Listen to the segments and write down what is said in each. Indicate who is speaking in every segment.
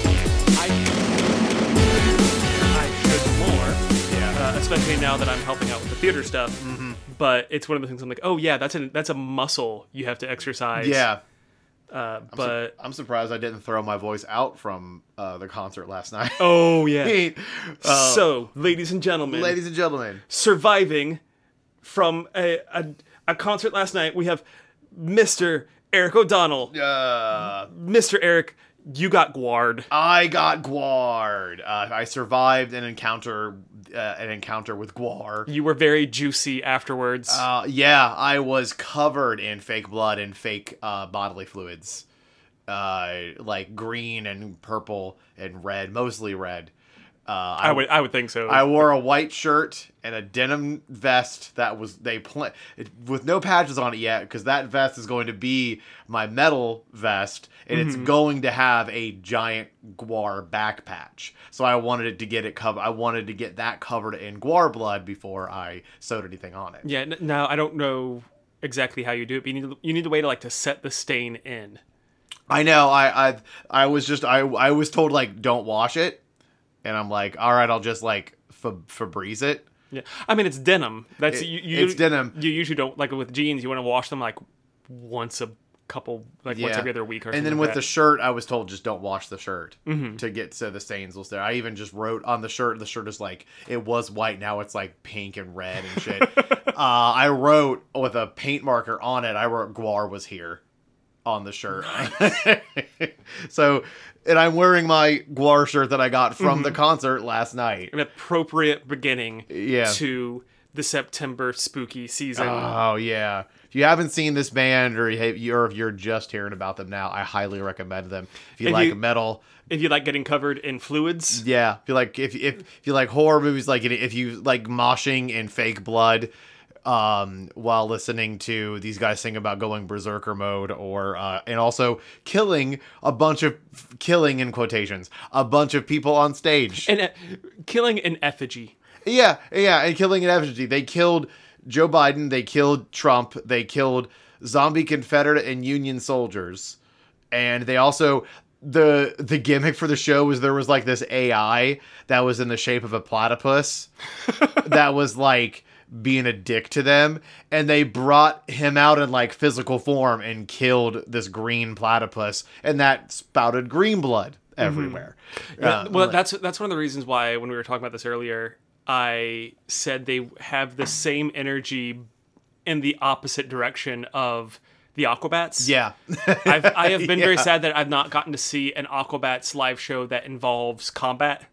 Speaker 1: okay Uh, now that I'm helping out with the theater stuff.
Speaker 2: Mm-hmm.
Speaker 1: But it's one of the things I'm like, oh yeah, that's a that's a muscle you have to exercise.
Speaker 2: Yeah.
Speaker 1: Uh, but
Speaker 2: I'm surprised I didn't throw my voice out from uh, the concert last night. Um,
Speaker 1: oh yeah.
Speaker 2: Uh,
Speaker 1: so, ladies and gentlemen,
Speaker 2: ladies and gentlemen,
Speaker 1: surviving from a, a a concert last night, we have Mr. Eric O'Donnell.
Speaker 2: uh,
Speaker 1: Mr. Eric, you got guard.
Speaker 2: I got Guard. Uh, I survived an encounter, uh, an encounter with Guar.
Speaker 1: You were very juicy afterwards.
Speaker 2: Uh, yeah, I was covered in fake blood and fake uh, bodily fluids, uh, like green and purple and red, mostly red. Uh, I,
Speaker 1: I would I would think so.
Speaker 2: I wore a white shirt and a denim vest that was they pla it, with no patches on it yet because that vest is going to be my metal vest and it's
Speaker 1: Mm-hmm.
Speaker 2: going to have a giant guar back patch. So I wanted it to get it covered. I wanted to get that covered in guar blood before I sewed anything on it.
Speaker 1: yeah, n- now I don't know exactly how you do it, but you need to, you need a way to like to set the stain in.
Speaker 2: I know. I I I was just I I was told like don't wash it, and I'm like all right, I'll just like fa- Febreze it.
Speaker 1: Yeah, I mean it's denim. That's
Speaker 2: It-
Speaker 1: you, you.
Speaker 2: it's denim.
Speaker 1: You usually don't like with jeans. You want to wash them like once a couple, like once
Speaker 2: Yeah.
Speaker 1: every other week or.
Speaker 2: And
Speaker 1: something
Speaker 2: then
Speaker 1: like
Speaker 2: with the
Speaker 1: that. Mm-hmm.
Speaker 2: shirt, I was told just don't wash the shirt to get so the stains will stay. I even just wrote on the shirt. The shirt is like it was white, now it's like pink and red and shit. uh, I wrote with a paint marker on it. I wrote Guar was here on the shirt. so, and I'm wearing my Guar shirt that I got from
Speaker 1: Mm-hmm.
Speaker 2: the concert last night.
Speaker 1: an appropriate beginning
Speaker 2: Yeah.
Speaker 1: to the September spooky season.
Speaker 2: Oh yeah. If you haven't seen this band, or you- or if you're just hearing about them now, I highly recommend them. If you
Speaker 1: If
Speaker 2: like
Speaker 1: you-
Speaker 2: metal,
Speaker 1: if you like getting covered in fluids,
Speaker 2: Yeah, if you like if if if you like horror movies, like if you like moshing and fake blood, um, while listening to these guys sing about going berserker mode, or uh, and also killing a bunch of killing in quotations a bunch of people on stage.
Speaker 1: and uh, killing an effigy.
Speaker 2: yeah, yeah, and killing an effigy. They killed Joe Biden. They killed Trump. They killed zombie Confederate and Union soldiers, and they also. The the gimmick for the show was there was like this AI that was in the shape of a platypus that was like being a dick to them and they brought him out in like physical form and killed this green platypus and that spouted green blood everywhere. Uh,
Speaker 1: well, that's that's one of the reasons why when we were talking about this earlier, I said they have the same energy in the opposite direction of the Aquabats.
Speaker 2: yeah.
Speaker 1: I've, I have been very sad that I've not gotten to see an Aquabats live show that involves combat.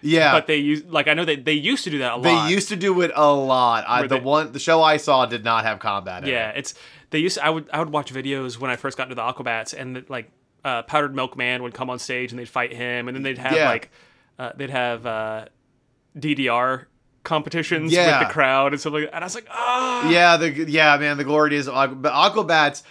Speaker 2: yeah.
Speaker 1: But they use like I know that they used to do that a
Speaker 2: Uh, They
Speaker 1: lot.
Speaker 2: used to do it a lot. I,
Speaker 1: Were
Speaker 2: the
Speaker 1: they-
Speaker 2: one the show I saw did not have combat. In
Speaker 1: yeah,
Speaker 2: it.
Speaker 1: it's they used. I would I would watch videos when I first got into the Aquabats, and like uh, Powdered Milk Man would come on stage and they'd fight him, and then they'd have
Speaker 2: Yeah.
Speaker 1: like uh, they'd have uh, DDR competitions
Speaker 2: Yeah.
Speaker 1: with the crowd and stuff like that. And I was like, ah,
Speaker 2: yeah, the yeah, man, the glory days. of Aqu- But Aquabats,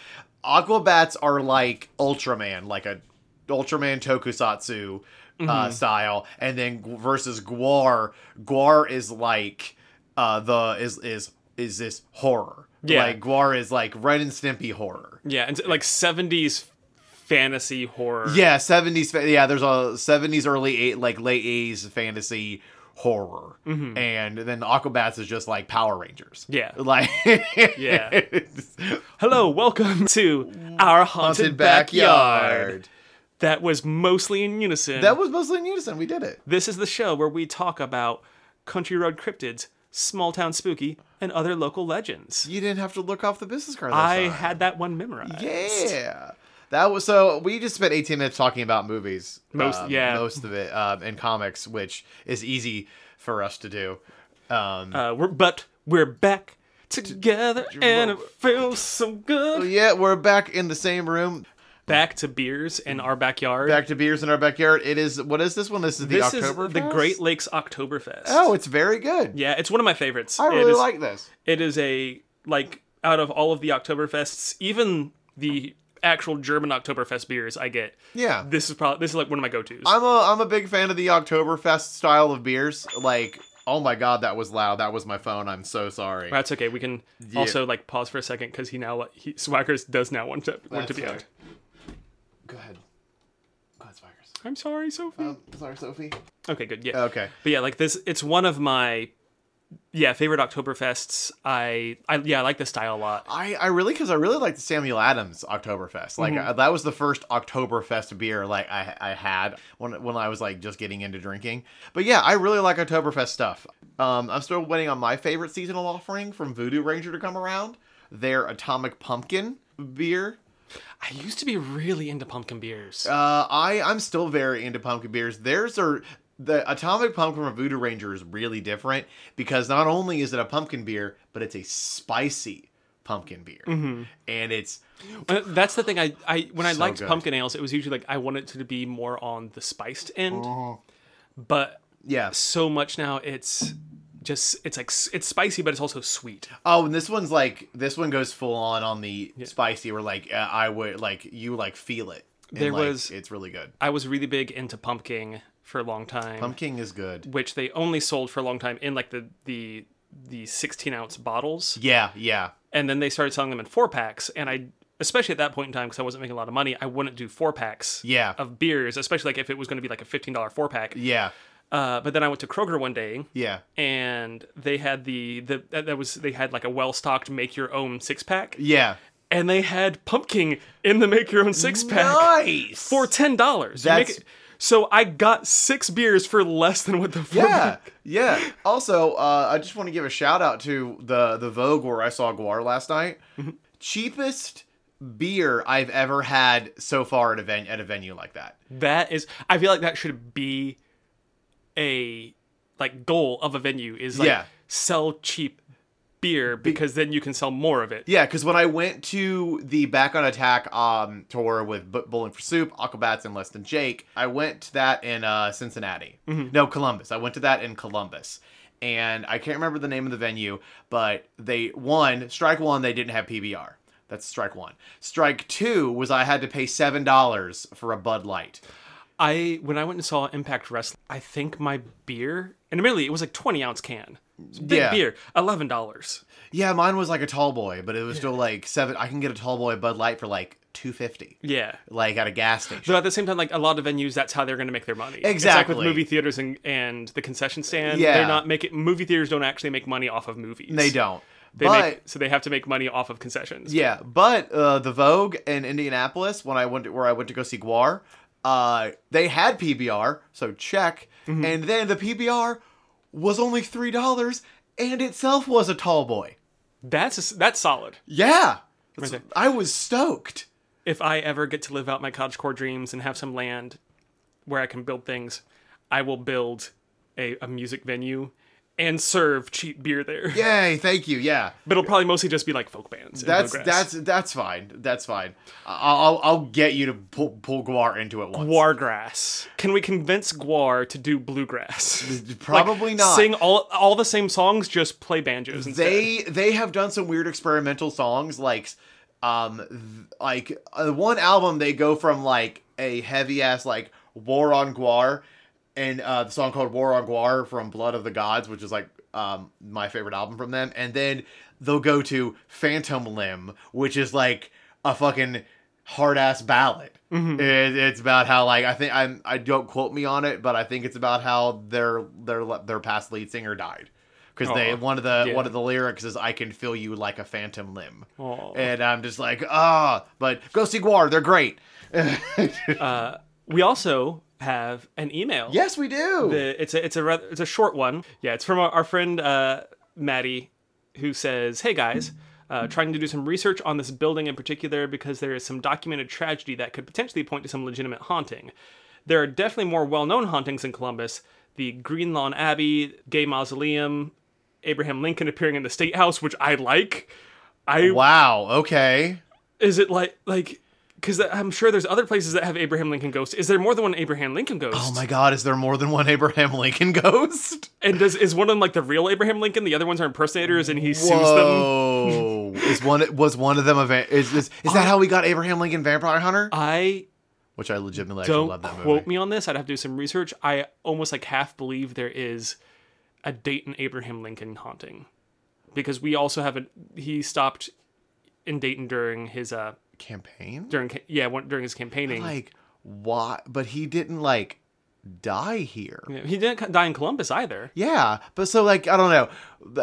Speaker 2: Aquabats are like Ultraman, like a Ultraman Tokusatsu
Speaker 1: Mm-hmm.
Speaker 2: uh, style, and then g- versus Guar. Guar is like uh, the is is is this horror?
Speaker 1: Yeah.
Speaker 2: like Guar is like Ren and Stimpy horror.
Speaker 1: yeah, and so, like seventies fantasy horror.
Speaker 2: Yeah, seventies. Yeah, there's a seventies, early eight, like late eighties fantasy horror, and then Aquabats is just like Power Rangers.
Speaker 1: Mm-hmm. Yeah.
Speaker 2: like
Speaker 1: Yeah. Hello, welcome to our haunted,
Speaker 2: haunted
Speaker 1: backyard.
Speaker 2: backyard.
Speaker 1: That was mostly in unison.
Speaker 2: That was mostly in unison. We did it.
Speaker 1: This is the show where we talk about country road cryptids, small town spooky, and other local legends.
Speaker 2: You didn't have to look off the business card.
Speaker 1: I
Speaker 2: Last
Speaker 1: had that one memorized.
Speaker 2: time. yeah. That was so. We just spent 18 minutes talking about movies,
Speaker 1: Most-
Speaker 2: um,
Speaker 1: yeah.
Speaker 2: most of it, um, and comics, which is easy for us to do. Um,
Speaker 1: Uh, we're, but we're back together and it feels so good.
Speaker 2: Oh, yeah, we're back in the same room.
Speaker 1: Back to beers in our backyard.
Speaker 2: Back to beers in our backyard. It is what is this one? This is the
Speaker 1: this
Speaker 2: October.
Speaker 1: is the Great Lakes Oktoberfest.
Speaker 2: Oh, it's very good.
Speaker 1: Yeah, it's one of my favorites.
Speaker 2: I
Speaker 1: It
Speaker 2: really
Speaker 1: is-
Speaker 2: like this.
Speaker 1: it is a like out of all of the Oktoberfests, even the actual German Oktoberfest beers I get.
Speaker 2: Yeah.
Speaker 1: This is probably this is like one of my go-tos.
Speaker 2: I'm a I'm a big fan of the Oktoberfest style of beers. Like, oh my god, that was loud. That was my phone. I'm so sorry.
Speaker 1: That's okay. We can also like pause for a second because he now he Swaggers does now want to want to
Speaker 2: That's
Speaker 1: be
Speaker 2: fair.
Speaker 1: out.
Speaker 2: Go ahead. Go ahead, Spikers.
Speaker 1: I'm sorry, Sophie.
Speaker 2: Um, sorry, Sophie.
Speaker 1: Uh, okay, good. Yeah.
Speaker 2: Okay.
Speaker 1: But yeah, like this, it's one of my yeah, favorite Oktoberfests. I, I yeah, I like the style a lot.
Speaker 2: I, I really because I really liked the Samuel Adams Oktoberfest. Like uh, that was the first Oktoberfest beer like I I had when when I was like just getting into drinking. But yeah, I really like Oktoberfest stuff. Um, I'm still waiting on my favorite seasonal offering from Voodoo Ranger to come around. Their Atomic Pumpkin beer.
Speaker 1: I used to be really into pumpkin beers.
Speaker 2: Uh, I I'm still very into pumpkin beers. Theirs are the Atomic Pumpkin from Voodoo Ranger is really different because not only is it a pumpkin beer, but it's a spicy pumpkin beer, and it's
Speaker 1: Uh, That's the thing. I, I when I
Speaker 2: So
Speaker 1: liked
Speaker 2: good.
Speaker 1: pumpkin ales, it was usually like I wanted to be more on the spiced end,
Speaker 2: Mm-hmm.
Speaker 1: but
Speaker 2: yeah.
Speaker 1: so much now it's just it's like s- it's spicy, but it's also sweet.
Speaker 2: Oh, and this one's like this one goes full on on the spicy. Where like uh, I would like you like feel it. And,
Speaker 1: There
Speaker 2: like,
Speaker 1: was-
Speaker 2: it's really good.
Speaker 1: I was really big into pumpkin for a long time,
Speaker 2: Pumpkin is good.
Speaker 1: which they only sold for a long time in like the the the 16 ounce bottles,
Speaker 2: Yeah, yeah.
Speaker 1: and then they started selling them in four packs, and I. Especially at that point in time, because I wasn't making a lot of money, I wouldn't do four packs
Speaker 2: Yeah.
Speaker 1: of beers, especially like if it was going to be like a fifteen dollar four pack.
Speaker 2: Yeah,
Speaker 1: Uh, but then I went to Kroger one day,
Speaker 2: yeah,
Speaker 1: and they had the the that that was they had like a well stocked make your own six pack,
Speaker 2: yeah.
Speaker 1: and they had pumpkin in the make your own six pack
Speaker 2: Nice
Speaker 1: for ten dollars.
Speaker 2: That's-
Speaker 1: So I got six beers for less than what the four
Speaker 2: Yeah, yeah. Also, uh, I just want to give a shout out to the the Vogue where I saw Guar last night.
Speaker 1: Mm-hmm.
Speaker 2: Cheapest beer I've ever had so far at a venue at a venue like that.
Speaker 1: That is, I feel like that should be a like goal of a venue is like
Speaker 2: Yeah.
Speaker 1: sell cheap beer because then you can sell more of it.
Speaker 2: Yeah, because when I went to the Back on Attack um tour with B- Bowling for Soup, Aquabats, and Less Than Jake, I went to that in uh, Cincinnati.
Speaker 1: Mm-hmm.
Speaker 2: No, Columbus. I went to that in Columbus, and I can't remember the name of the venue, but they one strike one they didn't have PBR. That's strike one. Strike two was I had to pay seven dollars for a Bud Light.
Speaker 1: I when I went and saw Impact Wrestling, I think my beer, and admittedly it was like twenty ounce can, It's a big
Speaker 2: Yeah.
Speaker 1: beer, eleven dollars.
Speaker 2: Yeah, mine was like a tall boy, but it was still like seven. I can get a tall boy Bud Light for like two fifty,
Speaker 1: Yeah.
Speaker 2: like at a gas station.
Speaker 1: But at the same time, like a lot of venues, that's how they're going to make their money. It's like
Speaker 2: Exactly.
Speaker 1: with movie theaters and, and the concession stand,
Speaker 2: Yeah.
Speaker 1: they're not making movie theaters don't actually make money off of movies.
Speaker 2: They don't.
Speaker 1: They
Speaker 2: but
Speaker 1: make, so they have to make money off of concessions.
Speaker 2: Yeah, but uh, the Vogue in Indianapolis, when I went to, where I went to go see Guar, uh, they had PBR, so check.
Speaker 1: Mm-hmm.
Speaker 2: And then the PBR was only three dollars, and itself was a tall boy.
Speaker 1: That's a s that's solid.
Speaker 2: Yeah,
Speaker 1: Right there.
Speaker 2: I was stoked.
Speaker 1: If I ever get to live out my cottagecore dreams and have some land where I can build things, I will build a, a music venue and serve cheap beer there.
Speaker 2: Yay! Thank you. Yeah,
Speaker 1: But it'll probably mostly just be like folk bands. and
Speaker 2: that's
Speaker 1: bluegrass.
Speaker 2: that's that's fine. That's fine. I'll I'll- I'll get you to pull pull Guar into it once.
Speaker 1: Guargrass. Can we convince Guar to do bluegrass?
Speaker 2: Probably
Speaker 1: Like,
Speaker 2: not.
Speaker 1: Sing all all the same songs, just play banjos instead.
Speaker 2: they they have done some weird experimental songs like um th- like uh, one album they go from like a heavy ass like war on guar and uh the song called war on guar from blood of the gods which is like um my favorite album from them and then they'll go to phantom limb which is like a fucking hard ass ballad it, it's about how like i think i'm i don't quote me on it but i think it's about how their their their past lead singer died because they
Speaker 1: Aw.
Speaker 2: one of the
Speaker 1: Yeah.
Speaker 2: one of the lyrics is "I can feel you like a phantom limb,"
Speaker 1: Aw.
Speaker 2: and I'm just like, ah. but go see Guar; they're great.
Speaker 1: We also have an email.
Speaker 2: Yes, we do.
Speaker 1: The- it's a it's a rather, it's a short one. Yeah, it's from our, our friend uh, Maddie, who says, "Hey guys." Uh, trying to do some research on this building in particular because there is some documented tragedy that could potentially point to some legitimate haunting. There are definitely more well known hauntings in Columbus the Green Lawn Abbey, Gay Mausoleum, Abraham Lincoln appearing in the State House, which I like. I
Speaker 2: wow. Okay.
Speaker 1: is it like like because I'm sure there's other places that have Abraham Lincoln ghosts. Is there more than one Abraham Lincoln ghost?
Speaker 2: Oh my God! Is there more than one Abraham Lincoln ghost?
Speaker 1: And does is one of them like the real Abraham Lincoln? The other ones are impersonators, and he sues them.
Speaker 2: Whoa! is one was one of them a va- is is, is that how we got Abraham Lincoln Vampire Hunter?
Speaker 1: I
Speaker 2: Which I legitimately actually
Speaker 1: don't
Speaker 2: love that
Speaker 1: quote
Speaker 2: movie.
Speaker 1: me on this. I'd have to do some research. I almost like half believe there is a Dayton Abraham Lincoln haunting because we also have a he stopped in Dayton during his uh
Speaker 2: Campaign
Speaker 1: during ca- yeah one- during his campaigning.
Speaker 2: like why? But he didn't like die here.
Speaker 1: Yeah, He didn't co- die in Columbus either.
Speaker 2: Yeah, but so like I don't know.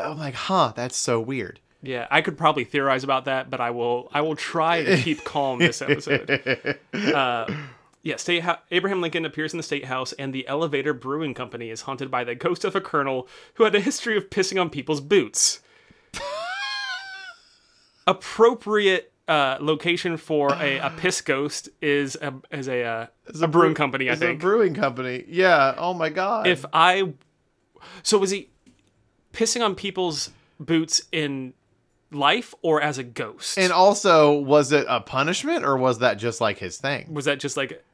Speaker 2: I'm like, huh, that's so weird.
Speaker 1: Yeah, I could probably theorize about that, but I will. I will try and keep calm this episode. Uh, yeah, State Ho- Abraham Lincoln appears in the State House, and the Elevator Brewing Company is haunted by the ghost of a colonel who had a history of pissing on people's boots. Appropriate uh, location for a, a piss ghost is a is a uh, a brewing company. I
Speaker 2: It's a
Speaker 1: think
Speaker 2: brewing company. Yeah. Oh my god.
Speaker 1: if I so was he pissing on people's boots in life or as a ghost?
Speaker 2: and also, was it a punishment or was that just like his thing?
Speaker 1: was that just like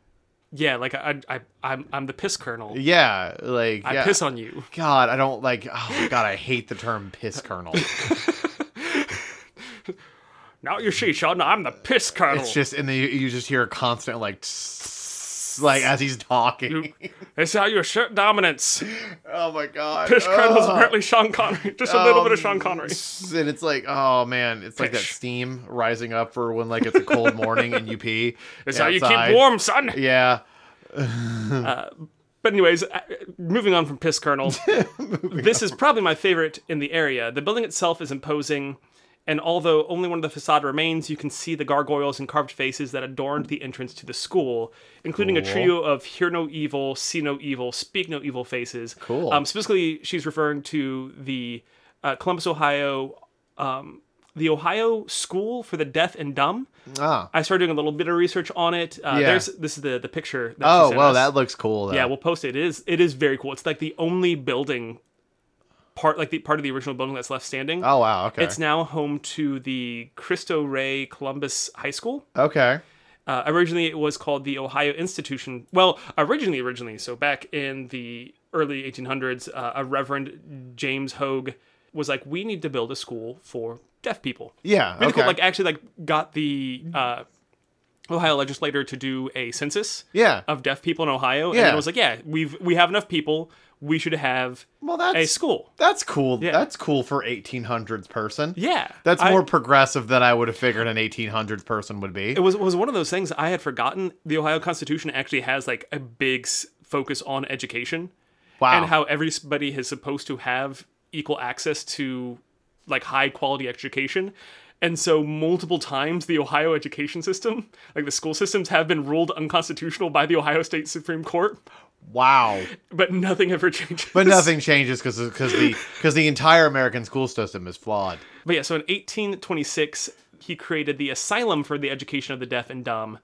Speaker 1: yeah, like I I I'm I'm the piss colonel.
Speaker 2: Yeah, like
Speaker 1: I
Speaker 2: yeah.
Speaker 1: piss on you.
Speaker 2: God, I don't like. Oh my god, I hate the term piss colonel.
Speaker 1: Now you see, Sheldon, I'm the piss colonel.
Speaker 2: It's just, and then you, you just hear a constant like, tss, like as he's talking.
Speaker 1: It's how you assert dominance.
Speaker 2: oh my god,
Speaker 1: Piss colonel is
Speaker 2: Ugh.
Speaker 1: apparently Sean Connery. Just a little bit of Sean
Speaker 2: Oh. Um,
Speaker 1: Connery.
Speaker 2: And it's like, oh man, it's like that
Speaker 1: Pish.
Speaker 2: steam rising up for when like it's a cold morning and you pee.
Speaker 1: It's how you
Speaker 2: outside.
Speaker 1: keep warm, son.
Speaker 2: Yeah,
Speaker 1: But anyways, uh, moving on from Piss Colonel, this is probably my favorite in the area. The building itself is imposing, and although only one of the facade remains, you can see the gargoyles and carved faces that adorned the entrance to the school, including a
Speaker 2: Cool.
Speaker 1: trio of hear no evil, see no evil, speak no evil faces.
Speaker 2: Cool.
Speaker 1: Um, specifically, she's referring to the uh, Columbus, Ohio, um, the Ohio School for the Deaf and Dumb.
Speaker 2: ah,
Speaker 1: I started doing a little bit of research on it. Uh,
Speaker 2: Yeah.
Speaker 1: There's this is the the picture. That she
Speaker 2: oh
Speaker 1: sent
Speaker 2: wow,
Speaker 1: us.
Speaker 2: that looks cool. Though.
Speaker 1: Yeah, we'll post it. It is it is very cool. It's like the only building part like the part of the original building that's left standing.
Speaker 2: oh wow, okay,
Speaker 1: It's now home to the Cristo Rey Columbus High School.
Speaker 2: okay,
Speaker 1: Uh, originally, it was called the Ohio Institution. Well, originally, originally, so back in the early 1800s, uh, a Reverend James Hogue was like, "We need to build a school for deaf people."
Speaker 2: yeah,
Speaker 1: Really
Speaker 2: okay,
Speaker 1: cool. Like actually, like got the uh, Ohio legislator to do a census
Speaker 2: yeah.
Speaker 1: of deaf people in Ohio, and
Speaker 2: Yeah.
Speaker 1: it was like, yeah, we've we have enough people. We should have
Speaker 2: well, that's
Speaker 1: a school.
Speaker 2: that's cool. That's cool for 1800s person.
Speaker 1: Yeah,
Speaker 2: That's
Speaker 1: I-
Speaker 2: more progressive than I would have figured an 1800s person would be.
Speaker 1: It was was one of those things I had forgotten. The Ohio Constitution actually has like a big s- focus on education
Speaker 2: Wow.
Speaker 1: and how everybody is supposed to have equal access to like high quality education. And so multiple times the Ohio education system, like the school systems have been ruled unconstitutional by the Ohio State Supreme Court,
Speaker 2: wow.
Speaker 1: but nothing ever changes.
Speaker 2: But nothing changes because the because the entire American school system is flawed.
Speaker 1: But yeah, so in 1826, he created the Asylum for the Education of the Deaf and Dumb.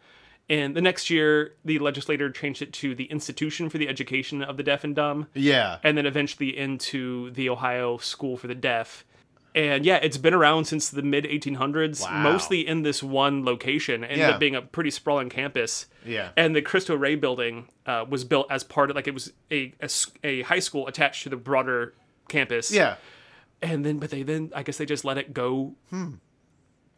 Speaker 1: And the next year, the legislator changed it to the Institution for the Education of the Deaf and Dumb,
Speaker 2: Yeah.
Speaker 1: and then eventually into the Ohio School for the Deaf. And yeah, it's been around since the mid 1800s,
Speaker 2: Wow.
Speaker 1: mostly in this one location. It ended
Speaker 2: Yeah.
Speaker 1: up being a pretty sprawling campus.
Speaker 2: Yeah.
Speaker 1: And the Cristo Rey building uh, was built as part of, like, it was a, a s- a high school attached to the broader campus
Speaker 2: Yeah.
Speaker 1: and then but they then I guess they just let it go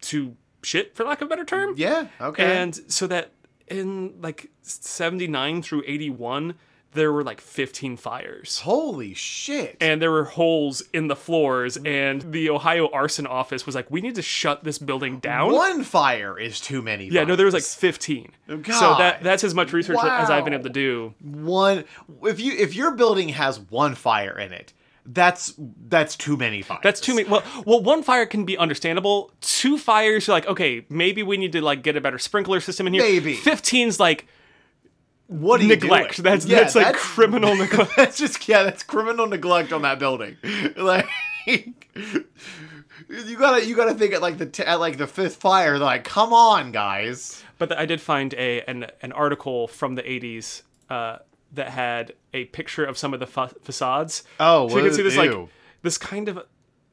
Speaker 1: to shit for lack of a better term.
Speaker 2: Hmm. Yeah. Okay.
Speaker 1: And so that in like 79 through 81 there were like 15 fires.
Speaker 2: Holy shit.
Speaker 1: And there were holes in the floors
Speaker 2: Mm.
Speaker 1: and the Ohio arson office was like we need to shut this building down.
Speaker 2: One fire is too many.
Speaker 1: Yeah, no, there was like 15. So
Speaker 2: Oh, God.
Speaker 1: that that's as much research as I've been
Speaker 2: Wow.
Speaker 1: able to do.
Speaker 2: one. If you if your building has one fire in it, that's that's too many fires.
Speaker 1: That's too many. Well, well, one fire can be understandable. Two fires, you're like, okay, maybe we need to like get a better sprinkler system in here.
Speaker 2: Maybe.
Speaker 1: fifteen's like
Speaker 2: What are you
Speaker 1: neglect.
Speaker 2: doing?
Speaker 1: That's
Speaker 2: Yeah,
Speaker 1: that's like criminal neglect.
Speaker 2: That's just yeah. That's criminal neglect on that building. Like. You gotta, you gotta think at like the t- at like the fifth fire. Like, come on, guys.
Speaker 1: But I did find a an an article from the '80s uh, that had a picture of some of the fa- facades.
Speaker 2: Oh,
Speaker 1: so you
Speaker 2: what
Speaker 1: can
Speaker 2: is-
Speaker 1: see this like
Speaker 2: ew.
Speaker 1: this kind of,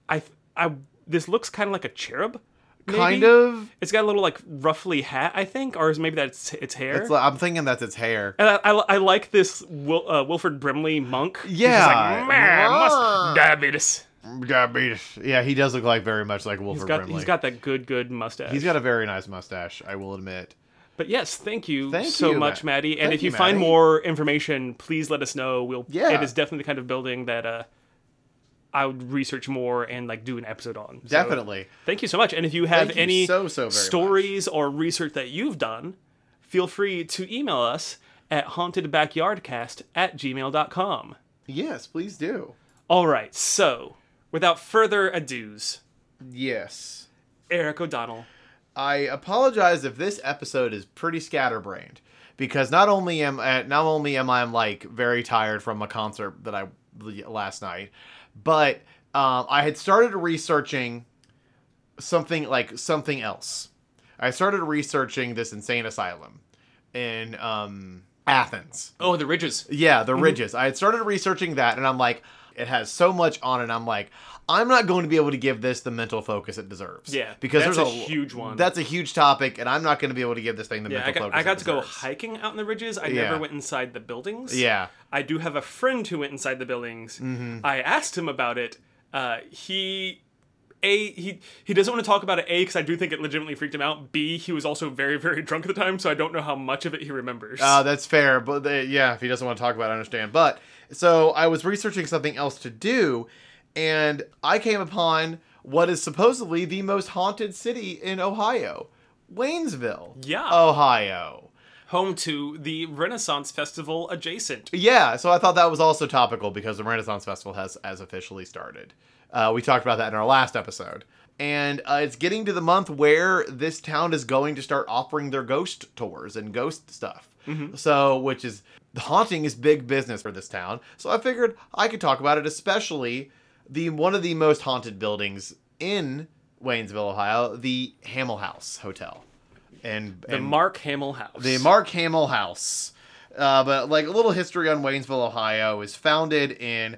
Speaker 1: I I this looks kind of like a cherub. maybe?
Speaker 2: Kind of.
Speaker 1: It's got a little like roughly hat, I think, or is maybe that's its hair.
Speaker 2: It's like, I'm thinking that's its hair.
Speaker 1: And I, I, I like this Wil, uh, Wilfred Brimley monk. He's just
Speaker 2: Yeah.
Speaker 1: like, man,
Speaker 2: Rawr."
Speaker 1: must diabetes.
Speaker 2: Diabetes. Yeah, he does look like very much like Wolford
Speaker 1: He's got,
Speaker 2: Brimley.
Speaker 1: he's got that good, good mustache.
Speaker 2: He's got a very nice mustache, I will admit.
Speaker 1: but yes, thank you
Speaker 2: Thank
Speaker 1: so
Speaker 2: you,
Speaker 1: much,
Speaker 2: Ma-
Speaker 1: Maddie. And
Speaker 2: thank
Speaker 1: if you,
Speaker 2: you,
Speaker 1: find
Speaker 2: Maddie.
Speaker 1: more information, please let us know. We'll.
Speaker 2: Yeah.
Speaker 1: It is definitely the kind of building that uh, I would research more and like do an episode on. So,
Speaker 2: Definitely.
Speaker 1: Thank you so much. And if you have
Speaker 2: Thank you
Speaker 1: any
Speaker 2: so, so very much.
Speaker 1: stories or research that you've done, feel free to email us at hauntedbackyardcast at gmail.com.
Speaker 2: Yes, please do.
Speaker 1: All right, so without further ados,
Speaker 2: Yes.
Speaker 1: Eric O'Donnell.
Speaker 2: I apologize if this episode is pretty scatterbrained because not only am uh, not only am I like very tired from a concert that I last night, but um, I had started researching something like something else. I started researching this insane asylum in um, Athens.
Speaker 1: Oh, the ridges.
Speaker 2: Yeah, the ridges. I had started researching that, and I'm like, it has so much on it. I'm like, I'm not going to be able to give this the mental focus it deserves.
Speaker 1: Yeah,
Speaker 2: because
Speaker 1: that's
Speaker 2: there's a,
Speaker 1: a huge one.
Speaker 2: That's a huge topic, and I'm not going to be able to give this thing the
Speaker 1: Yeah,
Speaker 2: mental
Speaker 1: I got,
Speaker 2: focus.
Speaker 1: I
Speaker 2: it
Speaker 1: got to go
Speaker 2: deserves.
Speaker 1: hiking out in the ridges. I
Speaker 2: Yeah.
Speaker 1: never went inside the buildings.
Speaker 2: Yeah.
Speaker 1: I do have a friend who went inside the buildings. I asked him about it. Uh, he. A he he doesn't want to talk about it. A because I do think it legitimately freaked him out. B he was also very very drunk at the time, so I don't know how much of it he remembers.
Speaker 2: Uh, that's fair, but uh, yeah, if he doesn't want to talk about, it, I understand. But so I was researching something else to do, and I came upon what is supposedly the most haunted city in Ohio, Waynesville.
Speaker 1: Yeah.
Speaker 2: Ohio.
Speaker 1: Home to the Renaissance Festival adjacent.
Speaker 2: Yeah, so I thought that was also topical because the Renaissance Festival has has officially started. Uh, we talked about that in our last episode, and uh, it's getting to the month where this town is going to start offering their ghost tours and ghost stuff. So, which is haunting is big business for this town. So I figured I could talk about it, especially the one of the most haunted buildings in Waynesville, Ohio, the Hamel House Hotel, and
Speaker 1: The
Speaker 2: and
Speaker 1: Mark Hamill House.
Speaker 2: the Mark Hamill House. Uh, but like a little history on Waynesville, Ohio, is founded in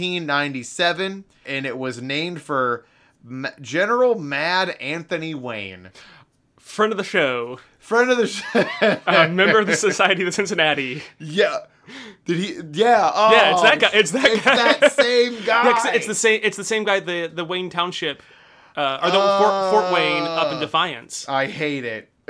Speaker 2: 1797, and it was named for M- General Mad Anthony Wayne,
Speaker 1: friend of the show,
Speaker 2: friend of the show.
Speaker 1: a member of the Society of Cincinnati.
Speaker 2: yeah, did he? Yeah, oh,
Speaker 1: Yeah, it's that guy- it's that
Speaker 2: it's
Speaker 1: guy.
Speaker 2: that same guy.
Speaker 1: Yeah, 'cause it's the same. It's the same guy. The the Wayne Township, uh, or the Fort, Fort Wayne up in
Speaker 2: Uh,
Speaker 1: Defiance.
Speaker 2: I hate it.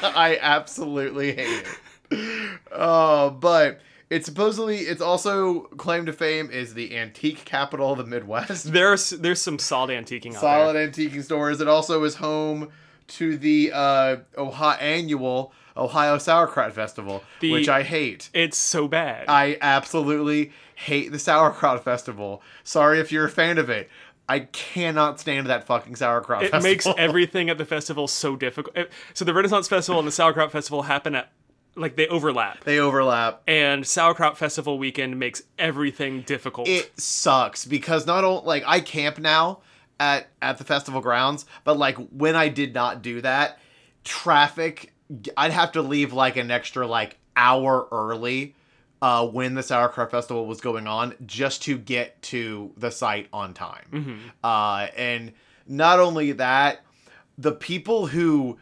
Speaker 2: I absolutely hate it. Uh, but it's supposedly it's also claim to fame is the antique capital of the Midwest.
Speaker 1: There's there's some solid antiquing out
Speaker 2: Solid antiquing stores. It also is home to the uh, Ohio annual Ohio Sauerkraut Festival,
Speaker 1: The-
Speaker 2: which I hate.
Speaker 1: there. It's so bad.
Speaker 2: I absolutely hate the Sauerkraut Festival. Sorry if you're a fan of it. I cannot stand that fucking sauerkraut
Speaker 1: it
Speaker 2: festival.
Speaker 1: makes everything at the festival so difficult. It- So the Renaissance Festival and the Sauerkraut Festival happen at like they overlap,
Speaker 2: they overlap.
Speaker 1: and Sauerkraut Festival weekend makes everything difficult.
Speaker 2: it sucks because not only like I camp now at at the festival grounds, but like when I did not do that, traffic I'd have to leave like an extra like hour early uh, when the sauerkraut festival was going on just to get to the site on time. Uh, and not only that, the people who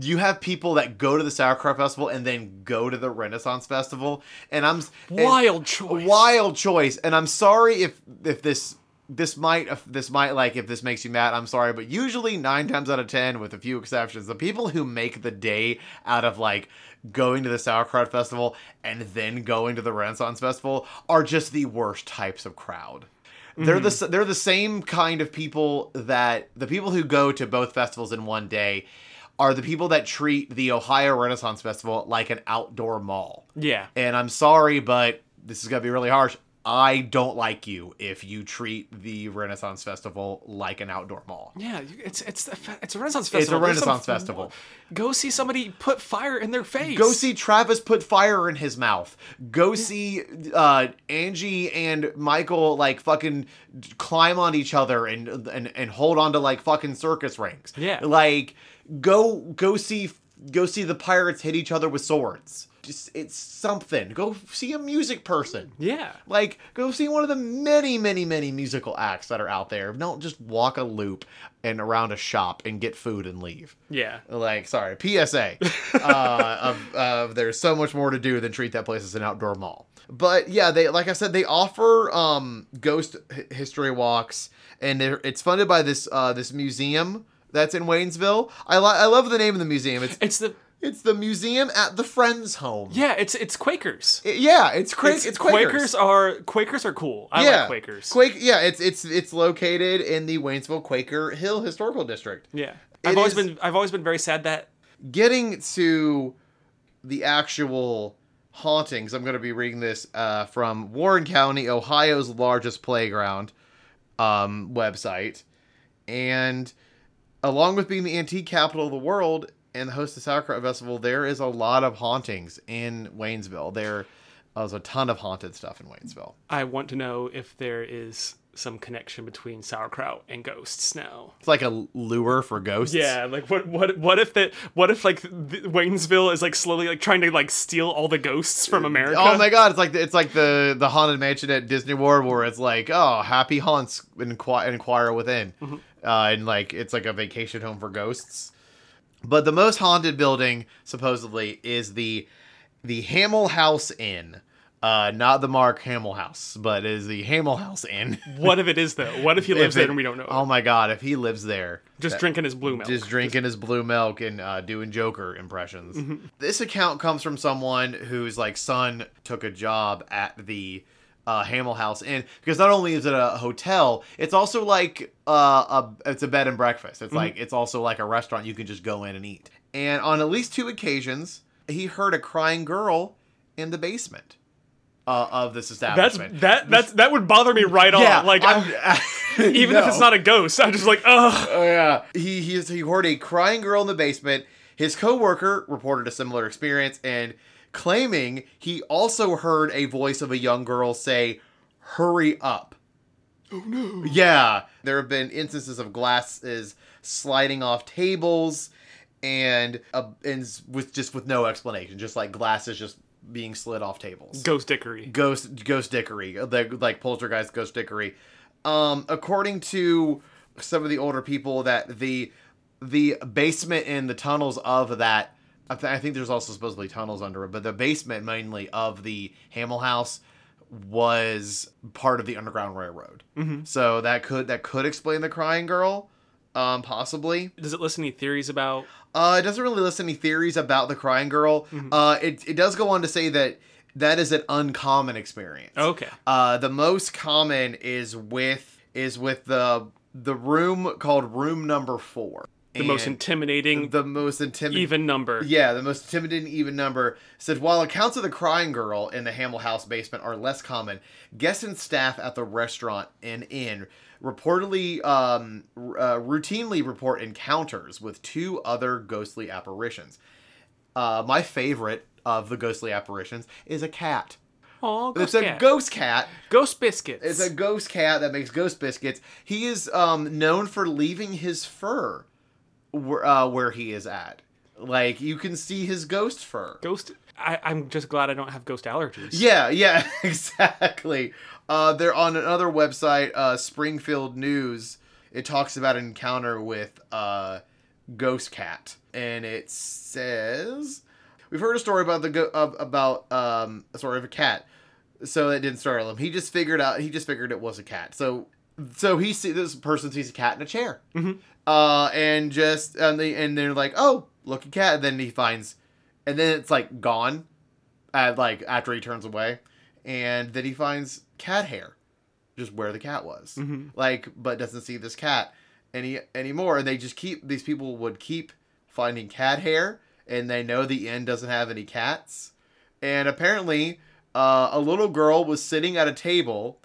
Speaker 2: you have people that go to the sauerkraut festival and then go to the Renaissance festival, and I'm s- and-
Speaker 1: Wild choice.
Speaker 2: wild choice and i'm sorry if if this this might if this might like if this makes you mad i'm sorry but usually nine times out of ten with a few exceptions the people who make the day out of like going to the sauerkraut festival and then going to the renaissance festival are just the worst types of crowd they're the s- they're the same kind of people that the people who go to both festivals in one day are the people that treat the Ohio Renaissance Festival like an outdoor mall.
Speaker 1: Yeah.
Speaker 2: And I'm sorry, but this is going to be really harsh. I don't like you if you treat the Renaissance Festival like an outdoor mall.
Speaker 1: Yeah, you- it's it's a fe- it's a Renaissance festival.
Speaker 2: a
Speaker 1: There's some-
Speaker 2: Renaissance festival.
Speaker 1: Go see somebody put fire in their face.
Speaker 2: Go see Travis put fire in his mouth. Go see uh, Angie and Michael like fucking climb on each other and and and hold on to like fucking circus rings.
Speaker 1: Yeah.
Speaker 2: Like go go see go see the pirates hit each other with swords. Just it's something. Go see a music person.
Speaker 1: Yeah.
Speaker 2: Like, go see one of the many, many, many musical acts that are out there. Don't just walk a loop and around a shop and get food and leave.
Speaker 1: Yeah.
Speaker 2: Like, sorry, PSA. uh, of, of there's so much more to do than treat that place as an outdoor mall. But yeah, they like I said, they offer um, ghost h- history walks, and they're- it's funded by this uh, this museum that's in Waynesville. I li- I love the name of the museum. It's
Speaker 1: It's the
Speaker 2: it's the museum at the Friends Home.
Speaker 1: yeah. It's it's Quakers.
Speaker 2: I- yeah, it's cra- it's, Quakers.
Speaker 1: are Quakers are cool. I like Quakers.
Speaker 2: Quake. Yeah, it's it's it's located in the Waynesville Quaker Hill Historical District.
Speaker 1: yeah,
Speaker 2: It
Speaker 1: I've always
Speaker 2: is-
Speaker 1: been I've always been very sad that
Speaker 2: Getting to the actual hauntings, I'm going to be reading this uh, from Warren County, Ohio's largest playground um, website. And along with being the antique capital of the world and the host of Sauerkraut Festival, there is a lot of hauntings in Waynesville. There is a ton of haunted stuff in Waynesville.
Speaker 1: I want to know if there is some connection between sauerkraut and ghosts now.
Speaker 2: It's like a lure for ghosts.
Speaker 1: Yeah, like what what what if that what if like th- Waynesville is like slowly like trying to like steal all the ghosts from America?
Speaker 2: Oh my god, it's like it's like the the haunted mansion at Disney World where it's like, oh, happy haunts inquire, inquire within,
Speaker 1: Mm-hmm.
Speaker 2: uh, and like it's like a vacation home for ghosts. But the most haunted building supposedly is the the Hamel House Inn. Uh, not the Mark Hamill House, but it is the Hamill House Inn.
Speaker 1: What if it is though? What if he lives
Speaker 2: If
Speaker 1: there
Speaker 2: it-
Speaker 1: and we don't know?
Speaker 2: Oh my god, if he lives there,
Speaker 1: just
Speaker 2: that-
Speaker 1: drinking his blue milk.
Speaker 2: just drinking his blue milk and uh, doing Joker impressions.
Speaker 1: Mm-hmm.
Speaker 2: This account comes from someone whose like son took a job at the uh, Hamill House Inn because not only is it a hotel, it's also like uh, a it's a bed and breakfast.
Speaker 1: Mm-hmm.
Speaker 2: It's like it's also like a restaurant you can just go in and eat. And on at least two occasions, he heard a crying girl in the basement uh, of this
Speaker 1: that's
Speaker 2: establishment.
Speaker 1: that that's that would bother me right
Speaker 2: yeah,
Speaker 1: on. Like
Speaker 2: I'm-
Speaker 1: even if
Speaker 2: No.
Speaker 1: it's not a ghost, I'm just like, ugh.
Speaker 2: Oh yeah. He he he heard a crying girl in the basement. His coworker reported a similar experience and claiming he also heard a voice of a young girl say, "Hurry up." Oh no. Yeah, there have been instances of glasses sliding off tables and uh, and s- with just with no explanation, just like glasses just being slid off tables
Speaker 1: Ghost dickery.
Speaker 2: ghost ghost dickery like, like poltergeist ghost dickery um according to some of the older people that the the basement and the tunnels of that I, th- I think there's also supposedly tunnels under it but the basement mainly of the hamill house was part of the underground railroad mm-hmm. so that could that could explain the crying girl um possibly
Speaker 1: Does it list any theories about
Speaker 2: uh, it doesn't really list any theories about the crying girl. Uh, it, it does go on to say that that is an uncommon experience.
Speaker 1: Okay.
Speaker 2: Uh, the most common is with is with the the room called room number four.
Speaker 1: the most
Speaker 2: And
Speaker 1: intimidating
Speaker 2: the most intimidating
Speaker 1: even number?
Speaker 2: yeah, the most intimidating even number said while accounts of the crying girl in the Hamill House basement are less common, guests and staff at the restaurant and inn reportedly um, r- uh, routinely report encounters with two other ghostly apparitions. Uh, my favorite of the ghostly apparitions is a cat.
Speaker 1: Oh,
Speaker 2: It's
Speaker 1: ghost,
Speaker 2: a
Speaker 1: cat.
Speaker 2: ghost cat.
Speaker 1: ghost biscuits.
Speaker 2: It's a ghost cat that makes ghost biscuits. He is um, known for leaving his fur where, uh, where he is at. Like you can see his ghost fur.
Speaker 1: ghost. I, I'm just glad I don't have ghost allergies.
Speaker 2: Yeah, yeah, exactly. Uh, they're on another website, uh, Springfield News. It talks about an encounter with uh, Ghost Cat, and it says, "We've heard a story about the go- of, about um, a story of a cat." So that didn't startle him. He just figured out. He just figured it was a cat. So, so he see this person sees a cat in a chair,
Speaker 1: Mhm.
Speaker 2: uh, and just and they and they're like, "Oh, look a cat!" And then he finds, and then it's like gone at like after he turns away, and then he finds cat hair, just where the cat was. Like, but doesn't see this cat any anymore. And they just keep these people would keep finding cat hair, and they know the inn doesn't have any cats. And apparently, uh, a little girl was sitting at a table,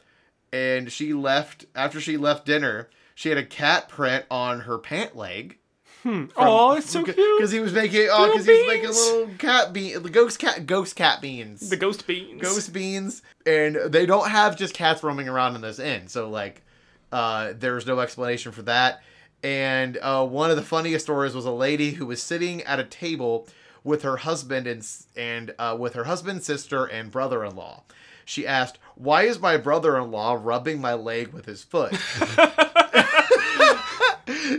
Speaker 2: and she left after she left dinner. She had a cat print on her pant leg.
Speaker 1: Oh, it's so cute.
Speaker 2: Because he was making, oh, because he was making
Speaker 1: beans.
Speaker 2: little cat bean, ghost cat, ghost cat beans
Speaker 1: The ghost beans.
Speaker 2: ghost beans and they don't have just cats roaming around in this inn so like uh, there's no explanation for that and uh, one of the funniest stories was a lady who was sitting at a table with her husband and s- and uh, with her husband sister and brother-in-law she asked why is my brother-in-law rubbing my leg with his foot